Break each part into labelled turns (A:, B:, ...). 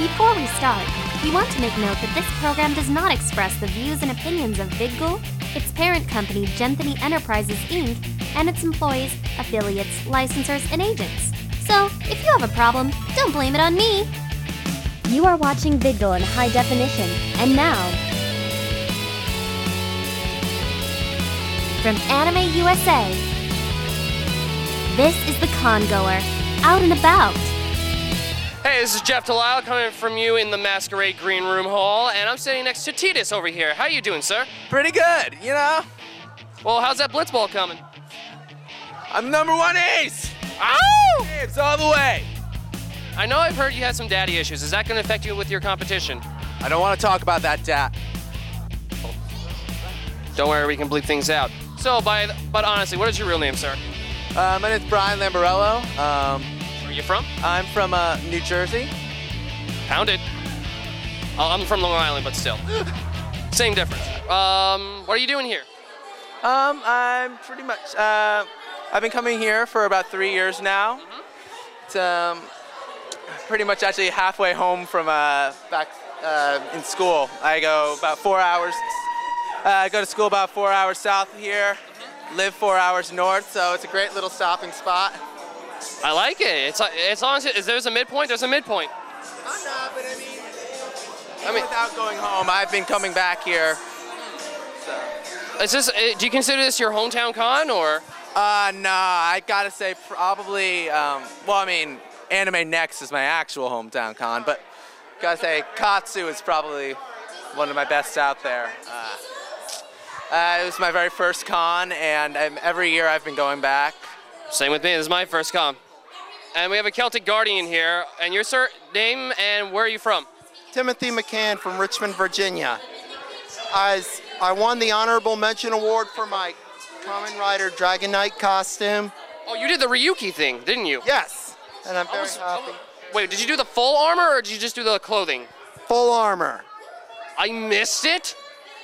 A: Before we start, we want to make note that this program does not express the views and opinions of VidGul, its parent company, Genthany Enterprises Inc., and its employees, affiliates, licensors, and agents. So, if you have a problem, don't blame it on me.
B: You are watching VidGul in high definition, and now
A: From Anime USA, this is the Congoer, out and about.
C: Hey, this is Jeff Delisle coming from you in the Masquerade Green Room Hall, and I'm sitting next to Titus over here. How you doing, sir?
D: Pretty good, you know?
C: Well, how's that blitzball coming?
D: I'm number one ace!
C: Ow!
D: It's all the way!
C: I know I've heard you had some daddy issues. Is that going to affect you with your competition?
D: I don't want to talk about that, Dat.
C: Don't worry, we can bleep things out. So, by th- but honestly, what is your real name, sir?
D: Uh, my name's Brian Lamborello. Um,
C: Where are you from?
D: I'm from uh, New Jersey.
C: Pounded. Oh, I'm from Long Island, but still, same difference. Um, what are you doing here?
D: Um, I'm pretty much, uh, I've been coming here for about three years now. It's um, pretty much actually halfway home from uh, back uh, in school. I go about four hours, uh, I go to school about four hours south here, live four hours north, so it's a great little stopping spot.
C: I like it. It's as long as, it, is there's a midpoint, there's a midpoint.
D: I'm not, but I mean,
C: I mean,
D: without going home, I've been coming back here. So.
C: is this? eh, Do you consider this your hometown con or?
D: Uh, nah, I gotta say probably. Um, well, I mean, Anime Next is my actual hometown con, but gotta say Katsu is probably one of my best out there. Uh, uh, it was my very first con, and um, every year I've been going back.
C: Same with me. This is my first com. And we have a Celtic Guardian here. And your sir name and where are you from?
E: Timothy McCann from Richmond, Virginia. I, s- I won the Honorable Mention Award for my Common Rider Dragon Knight costume.
C: Oh, you did the Ryuki thing, didn't you?
E: Yes, and I'm
C: I
E: very
C: was- I
E: happy.
C: was- Wait, did you do the full armor or did you just do the clothing?
E: Full armor.
C: I missed it,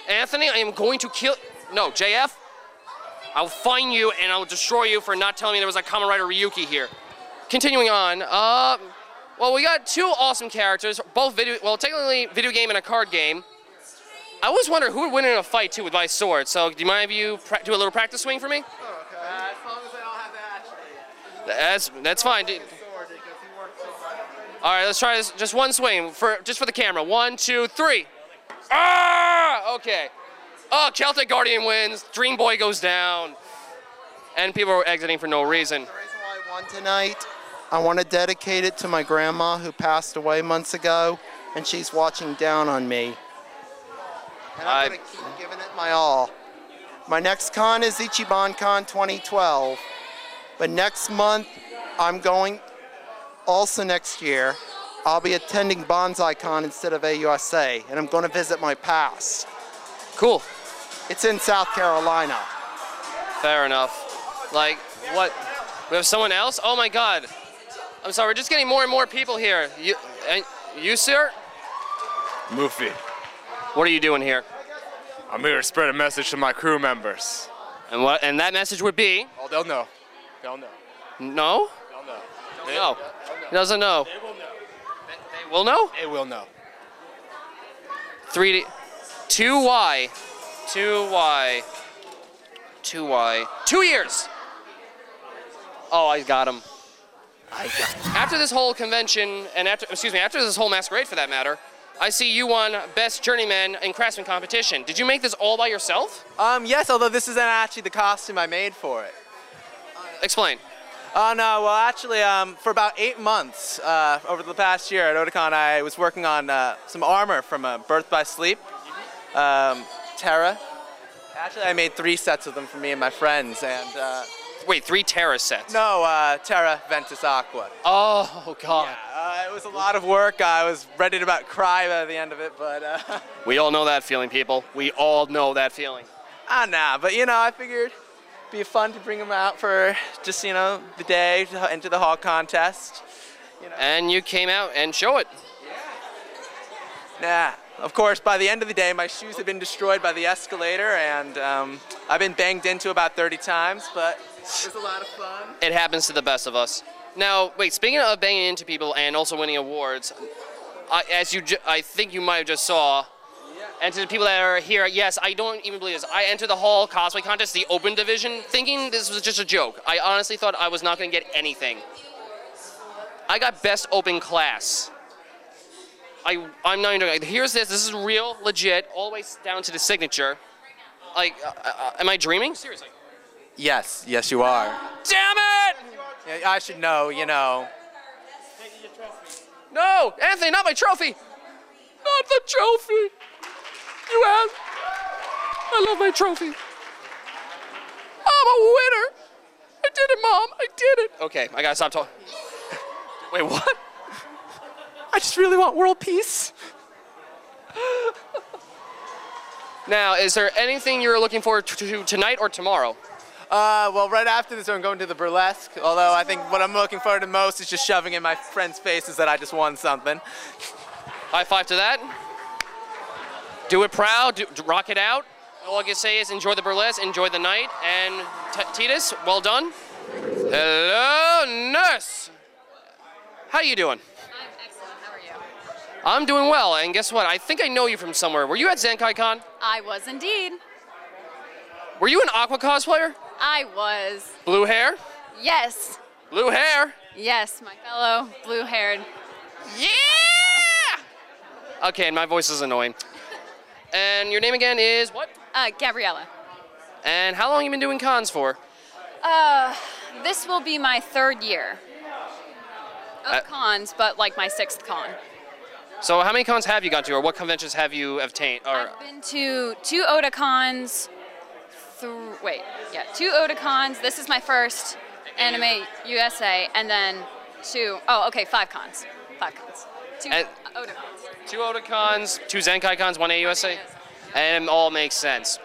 C: Anthony. I am going to kill. No, JF. I'll find you and I'll destroy you for not telling me there was a Kamen Rider Ryuki here. Continuing on. Uh, well, we got two awesome characters, both video. Well, technically, video game and a card game. I always wonder who would win in a fight too with my sword. So, do you mind if you pra- do a little practice swing for me?
D: as long as I don't have that.
C: That's that's fine. dude. All right, let's try this. Just one swing for just for the camera. One, two, three. Ah! Okay. Oh, Celtic Guardian wins. Dream Boy goes down, and people are exiting for no reason.
E: The reason why I won tonight, I want to dedicate it to my grandma who passed away months ago, and she's watching down on me. And I'm
C: I-
E: going to keep giving it my all. My next con is Ichiban Con 2012, but next month I'm going. Also next year, I'll be attending Bonsai Con instead of AUSA, and I'm going to visit my past.
C: Cool.
E: It's in South Carolina.
C: Fair enough. Like what? We have someone else. Oh my God. I'm sorry. We're just getting more and more people here. You, and you, sir.
F: Mufi,
C: What are you doing here?
F: I'm here to spread a message to my crew members.
C: And what? And that message would be
F: Oh, they'll know. They'll know.
C: no.
F: They'll know.
C: No. He doesn't know.
F: They will know.
C: They will know?
F: They will know.
C: 3D. 2Y. 2Y. 2Y. Two years! Oh, I got him. After this whole convention, and after, excuse me, after this whole masquerade for that matter, I see you won Best Journeyman in Craftsman Competition. Did you make this all by yourself?
D: Um, yes, although this isn't actually the costume I made for it.
C: Explain.
D: Oh no! Well, actually, um, for about eight months uh, over the past year at Otakon, I was working on uh, some armor from uh, Birth by Sleep, um, Terra. Actually, I made three sets of them for me and my friends. And uh,
C: Wait, three Terra sets.
D: no, uh, Terra Ventus Aqua.
C: Oh, God.
D: Uh, it was a lot of work. I was ready to about cry by the end of it, but uh,
C: We all know that feeling, people. We all know that feeling.
D: ah nah. But you know, I figured it'd be fun to bring them out for just you know the day to enter the hall contest.
C: And you came out and show it.
D: Nah. Of course, by the end of the day, my shoes had been destroyed by the escalator, and um, I've been banged into about 30 times, but it was a lot of fun.
C: It happens to the best of us. Now, wait, speaking of banging into people and also winning awards, uh, as you, ju- I think you might have just saw. And to the people that are here, yes, I don't even believe this. I entered the hall cosplay contest, the open division, thinking this was just a joke. I honestly thought I was not going to get anything. I got best open class. I, I'm not even joking. Here's this. This is real, legit, all the way down to the signature. Like, uh, uh, am I dreaming? Seriously.
D: Yes, yes, you are.
C: Damn it!
D: Yeah, I should know, you know.
C: No, Anthony, not my trophy. Not the trophy. You have. I love my trophy. I'm a winner. I did it, Mom. I did it. Okay, I gotta stop talking. Wait, what?
D: I just really want world peace.
C: Now, is there anything you're looking forward to- to tonight or tomorrow?
D: Uh, well, right after this, I'm going to the burlesque. Although I think what I'm looking forward to most is just shoving in my friends' faces that I just won something.
C: High five to that. Do it proud. Do, do- rock it out. All I can say is enjoy the burlesque, enjoy the night, and T- Titus, well done. Hello, nurse. How you doing?
G: I'm excellent. How are you?
C: I'm doing well, and guess what? I think I know you from somewhere. Were you at Zenkai Con?
G: I was indeed.
C: Were you an Aqua cosplayer?
G: I was.
C: Blue hair?
G: Yes.
C: Blue hair?
G: Yes, my fellow blue-haired.
C: Yeah! Okay, and my voice is annoying. And your name again is what?
G: Uh, Gabriella.
C: And how long you been doing cons for?
G: Uh, this will be my third year of
C: Uh,
G: cons, but like my sixth con.
C: So how many cons have you gone to, or what conventions have you obtained? Or
G: I've been to two Oda cons. Th- wait, yeah, two Oda cons. This is my first Anime USA, and then two. Oh, okay, five cons. Five cons. Two
C: And-
G: Oda cons.
C: two Otakons, two Zenkai cons, one AUSA, and it all makes sense.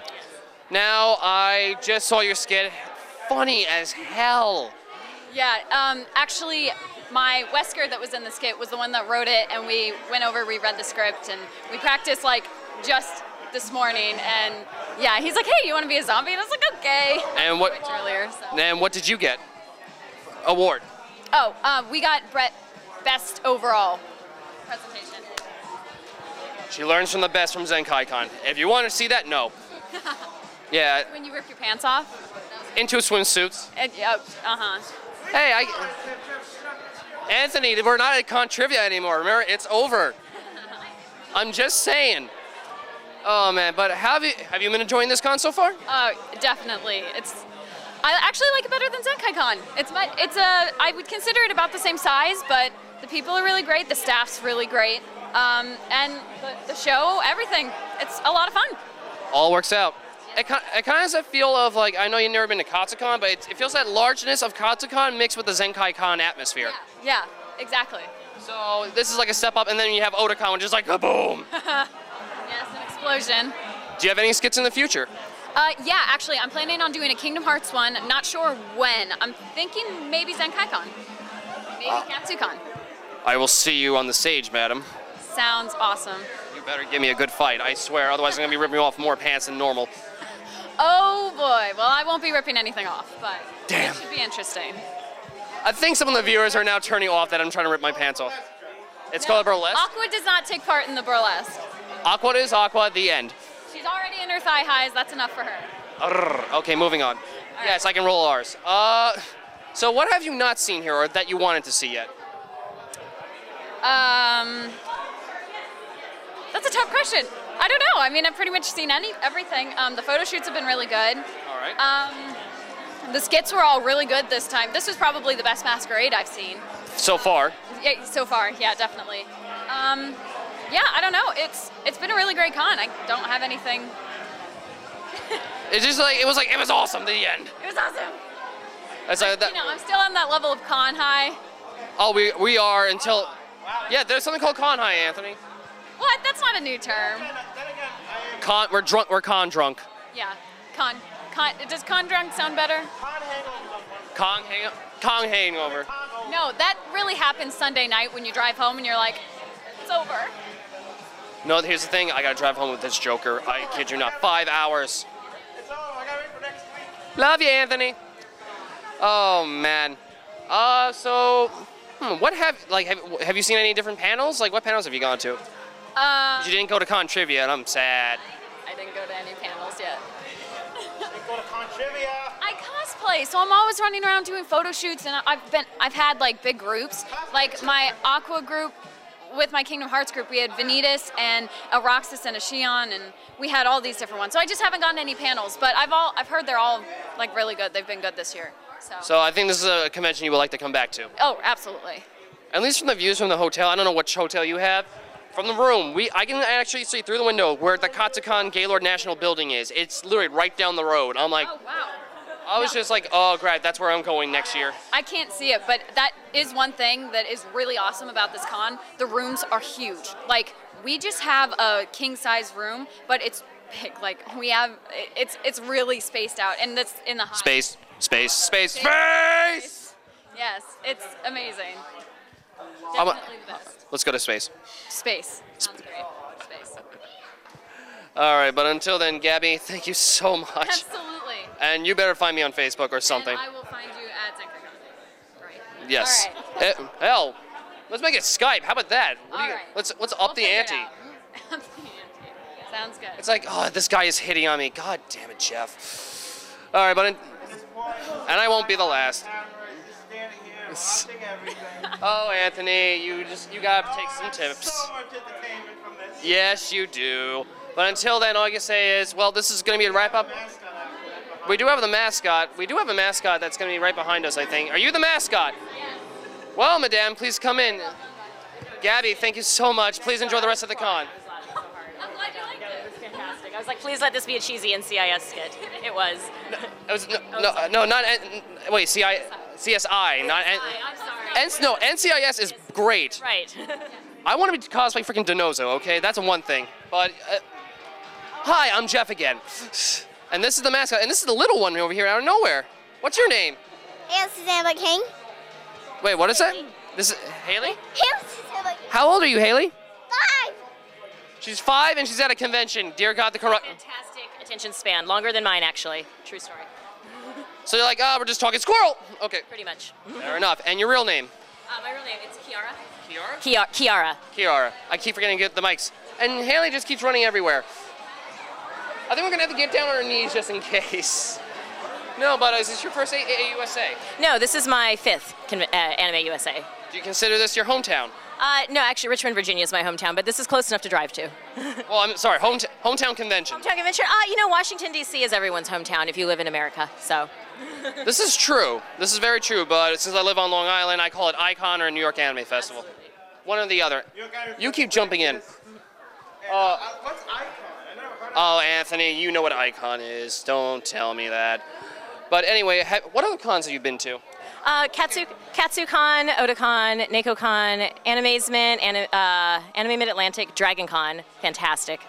C: Now I just saw your skit, funny as hell.
G: Yeah, um, actually, my Wesker that was in the skit was the one that wrote it, and we went over, we read the script, and we practiced like just this morning. And yeah, he's like, "Hey, you want to be a zombie?" And I was like, "Okay."
C: And what?
G: Which earlier. So.
C: And what did you get? Award.
G: Oh, uh, we got Brett best overall presentation.
C: She learns from the best from ZenkaiCon. If you want to see that, no. Yeah,
G: When you rip your pants off.
C: into swimsuits.
G: And, uh huh.
C: Hey, I. Anthony, we're not at con trivia anymore. Remember, it's over. I'm just saying. Oh man, but have you have you been enjoying this con so far?
G: Uh, definitely. It's. I actually like it better than ZenkaiCon. It's my. It's a. I would consider it about the same size, but the people are really great. The staff's really great. Um, and the, the show, everything. It's a lot of fun.
C: All works out. It, ki- it kind of has that feel of like I know you've never been to Katsucon, but it, it feels that largeness of Katsucon mixed with the Zenkai Con atmosphere.
G: Yeah. Exactly.
C: So this is like a step up, and then you have Otakon, which is like kaboom.
G: Yes, an explosion.
C: Do you have any skits in the future?
G: Uh, yeah, actually, I'm planning on doing a Kingdom Hearts one. I'm not sure when. I'm thinking maybe ZenkaiCon, maybe Katsucon.
C: I will see you on the stage, madam.
G: Sounds awesome.
C: You better give me a good fight, I swear, otherwise I'm gonna be ripping off more pants than normal.
G: Oh boy. Well, I won't be ripping anything off, but
C: Damn.
G: it should be interesting.
C: I think some of the viewers are now turning off that I'm trying to rip my pants off. It's called burlesque.
G: Aqua does not take part in the burlesque.
C: Aqua is aqua, the end.
G: She's already in her thigh highs. That's enough for her.
C: Arrr. Okay, moving on.
G: right.
C: Yes, I can roll R's. Uh, so what have you not seen here or that you wanted to see yet?
G: Um, that's a tough question. I don't know. I mean, I've pretty much seen any everything. Um, the photo shoots have been really good.
C: All right.
G: Um, the skits were all really good this time. This was probably the best masquerade I've seen
C: so far.
G: yeah, so far. Yeah, definitely. Um, yeah, I don't know. It's it's been a really great con. I don't have anything.
C: It's just like, it was like, it was awesome, the end.
G: It was awesome.
C: It's like
G: You
C: that,
G: know, I'm still on that level of con high.
C: oh, we, we are until, yeah, there's something called con high, Anthony.
G: What? That's not a new term.
C: Con, we're drunk, we're con drunk.
G: Yeah, con, con. Does con drunk sound better?
C: Kong, hang, Kong hangover.
G: No, that really happens Sunday night when you drive home and you're like, it's over.
C: No, here's the thing. I gotta drive home with this Joker. I kid you not. Five hours. Love you, Anthony. Oh man. Uh, so Hmm, what have like have, have you seen any different panels? Like what panels have you gone to?
G: Um,
C: You didn't go to Con Trivia, and I'm sad.
G: I didn't go to any panels yet. I cosplay, so I'm always running around doing photo shoots, and I've been I've had like big groups, like my Aqua group. With my Kingdom Hearts group, we had Vanitas and a Roxas and a Shion, and we had all these different ones. So I just haven't gone to any panels, but I've all I've heard they're all like really good. They've been good this year. So,
C: So I think this is a convention you would like to come back to.
G: oh, absolutely.
C: At least from the views from the hotel. I don't know which hotel you have. From the room, we I can actually see through the window where the Katsukan Gaylord National Building is. It's literally right down the road. I'm like,
G: Oh wow.
C: I was just like, oh, great, that's where I'm going next year.
G: I can't see it, but that is one thing that is really awesome about this con. The rooms are huge. Like we just have a king size room, but it's big. Like we have, it's it's really spaced out, and that's in the hot.
C: Space, space, space, space.
G: Yes, it's amazing.
C: I'm a-
G: Definitely the best.
C: Let's go to space.
G: Space. Sounds great. Space.
C: All right, but until then, Gabby, thank you so much.
G: Absolutely.
C: And you better find me on Facebook or something.
G: And I will find you at ZenkaCon. Right.
C: Yes.
G: All right.
C: Eh, hell, let's make it Skype. How about that? What do
G: All
C: you-
G: right.
C: Let's let's up
G: We'll
C: the
G: figure it
C: ante.
G: out. Up the ante. Sounds good.
C: It's like, oh, this guy is hitting on me. God damn it, Jeff. All right, but and I won't be the last. Oh, Anthony, you just you gotta take some tips. Yes, you do. But until then, all I can say is, well, this is gonna be a wrap up. We do have the mascot. We do have a mascot that's gonna be right behind us, I think. Are you the mascot? Well, Madame, please come in. Gabby, thank you so much. Please enjoy the rest of the con.
G: I'm glad you liked it.
H: Fantastic. I was like, please let this be a cheesy NCIS skit. It was.
C: It was no, no, uh, no, not N- n- wait, CI, CSI, not N-
H: I'm sorry.
C: N- no, NCIS is great.
H: Right.
C: I want to be cosplay freaking Denozo, okay? That's one thing. But uh, hi, I'm Jeff again, and this is the mascot, and this is the little one over here out of nowhere. What's your name?
I: Hail Susanna King.
C: Wait, what is that? This is Haley.
I: Hail Susanna
C: How old are you, Haley?
I: Five.
C: She's five, and she's at a convention. Dear God, the corrupt.
H: Fantastic attention span. Longer than mine, actually. True story.
C: So you're like, ah, we're just talking squirrel. Okay,
H: Pretty much. Uh,
C: fair enough. And your real name?
H: my real name is Kiara.
C: Kiara.
H: Kiara. Kiara.
C: Kiara. I keep forgetting to get the mics. And Haley just keeps running everywhere. I think we're gonna have to get down on our knees just in case. No, but is this your first AAUSA?
H: No, this is my fifth con- uh, Anime USA.
C: Do you consider this your hometown?
H: Uh, no, actually, Richmond, Virginia is my hometown, but this is close enough to drive to.
C: Well, I'm sorry, hometown, hometown convention.
H: Hometown convention? Uh, you know, Washington, D.C. is everyone's hometown if you live in America, so.
C: This is true. This is very true, but since I live on Long Island, I call it Icon or New York Anime Festival. One or the other. You keep jumping in. Uh,
D: What's icon? I never heard
C: Oh, Anthony, you know what Icon is. Don't tell me that. But anyway, ha- what other cons have you been to?
H: Uh, Katsu, KatsuCon, Otakon, NacoCon, Animazement, Ani- uh, Anime Mid Atlantic, DragonCon. Fantastic.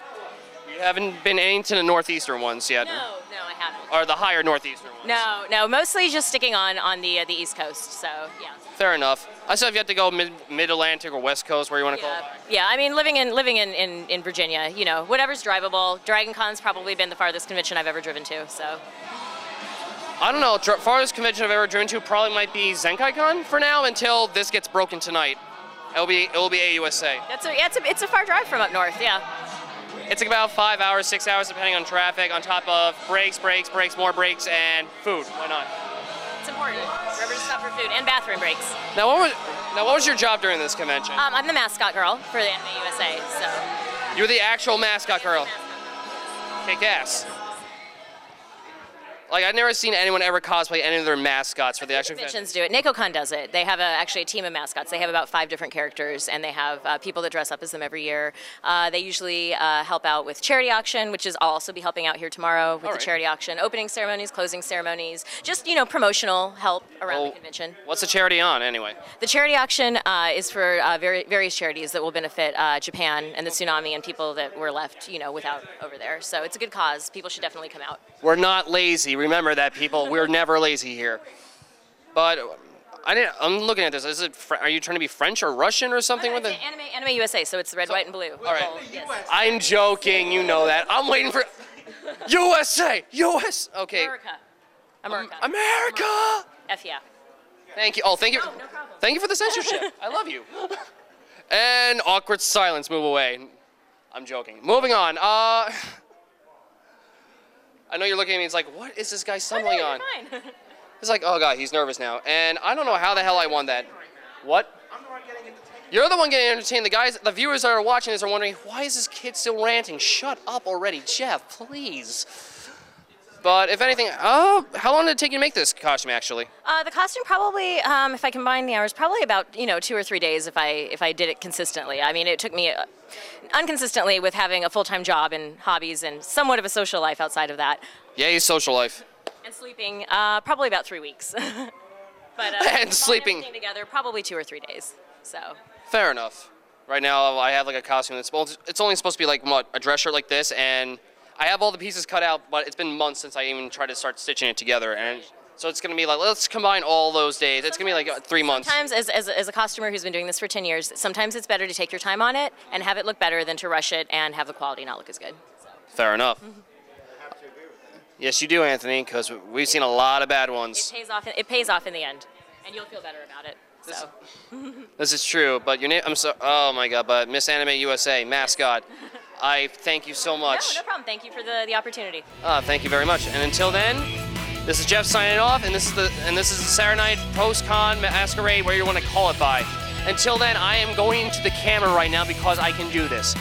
C: You haven't been any to the northeastern ones yet,
H: no, I haven't.
C: or the higher northeastern ones.
H: No, no, mostly just sticking on on the uh, the East Coast. So yeah.
C: Fair enough. I still have yet to go mid mid Atlantic or West Coast, where you want to
H: Yeah,
C: call it.
H: yeah. I mean, living in living in, in, in Virginia, you know, whatever's drivable. Dragon Con's probably been the farthest convention I've ever driven to. So
C: I don't know. Dr- farthest convention I've ever driven to probably might be ZenkaiCon for now until this gets broken tonight. It'll be it'll be AUSA.
H: that's a, yeah, it's a it's a far drive from up north. Yeah.
C: It's about five hours, six hours depending on traffic. On top of breaks, breaks, breaks, more breaks, and food. Why not?
H: It's important. Remember to stop for food and bathroom breaks.
C: Now what was now what was your job during this convention?
H: Um, I'm the mascot girl for the Anime USA. So
C: you were the actual mascot girl. Kick ass. Like I've never seen anyone ever cosplay any of their mascots for the actual convention.
H: conventions do it. NacoCon does it. They have a, actually a team of mascots. They have about five different characters, and they have uh, people that dress up as them every year. Uh, they usually uh, help out with charity auction, which is I'll also be helping out here tomorrow with the
C: right.
H: charity auction, opening ceremonies, closing ceremonies, just you know promotional help around
C: Well,
H: the convention.
C: What's the charity on anyway?
H: The charity auction uh, is for uh, vari- various charities that will benefit uh, Japan and the tsunami and people that were left you know without over there. So it's a good cause. People should definitely come out.
C: We're not lazy. Remember that, people. We're never lazy here. But I didn't, I'm looking at this. Is it? Fr- Are you trying to be French or Russian or something with it?
H: Anime, anime USA. So it's the red, white, and blue.
C: All right.
H: Oh, yes.
C: I'm joking. You know that. I'm waiting for USA. US. Okay.
H: America. America.
C: America.
H: F yeah.
C: Thank you. Oh, thank you.
H: problem.
C: Thank you for the censorship. I love you. And awkward silence. Move away. I'm joking. Moving on. Uh, I know you're looking at me. It's like, what is this guy
G: Oh,
C: stumbling on? It's like, oh god, he's nervous now. And I don't know how the hell I won that. What? You're the one getting entertained. The guys, the viewers that are watching this are wondering, why is this kid still ranting? Shut up already, Jeff, please. But if anything, oh, how long did it take you to make this costume actually?
G: Uh, the costume probably, um, if I combine the hours, probably about you know two or three days if I if I did it consistently. I mean, it took me uh, unconsistently with having a full time job and hobbies and somewhat of a social life outside of that,
C: Yay, social life.
G: and sleeping uh, probably about three weeks. but uh, combine
C: sleeping.
G: everything together, probably two or three days. So
C: Fair enough. Right now, I have like a costume that's well, it's only supposed to be like what a dress shirt like this, and I have all the pieces cut out, but it's been months since I even tried to start stitching it together, and so it's gonna be like let's combine all those days. It's gonna be like uh, three months.
G: sometimes, as, as as a costumer who's been doing this for ten years, sometimes it's better to take your time on it and have it look better than to rush it and have the quality not look as good.
C: Fair enough.
G: Mm-hmm.
C: Yes, you do, Anthony, because we've seen a lot of bad
G: It
C: ones.
G: pays off. It pays off in the end, and you'll feel better about it. So.
C: This is true, but your name, I'm so, oh my god, but Miss Anime USA, mascot, I thank you so much.
G: No, no problem. Thank you for the, the opportunity.
C: Uh, thank you very much. And until then, this is Jeff signing off, and this is the and this is the Saturday night post con masquerade, where you want to call it by. Until then, I am going into the camera right now because I can do this.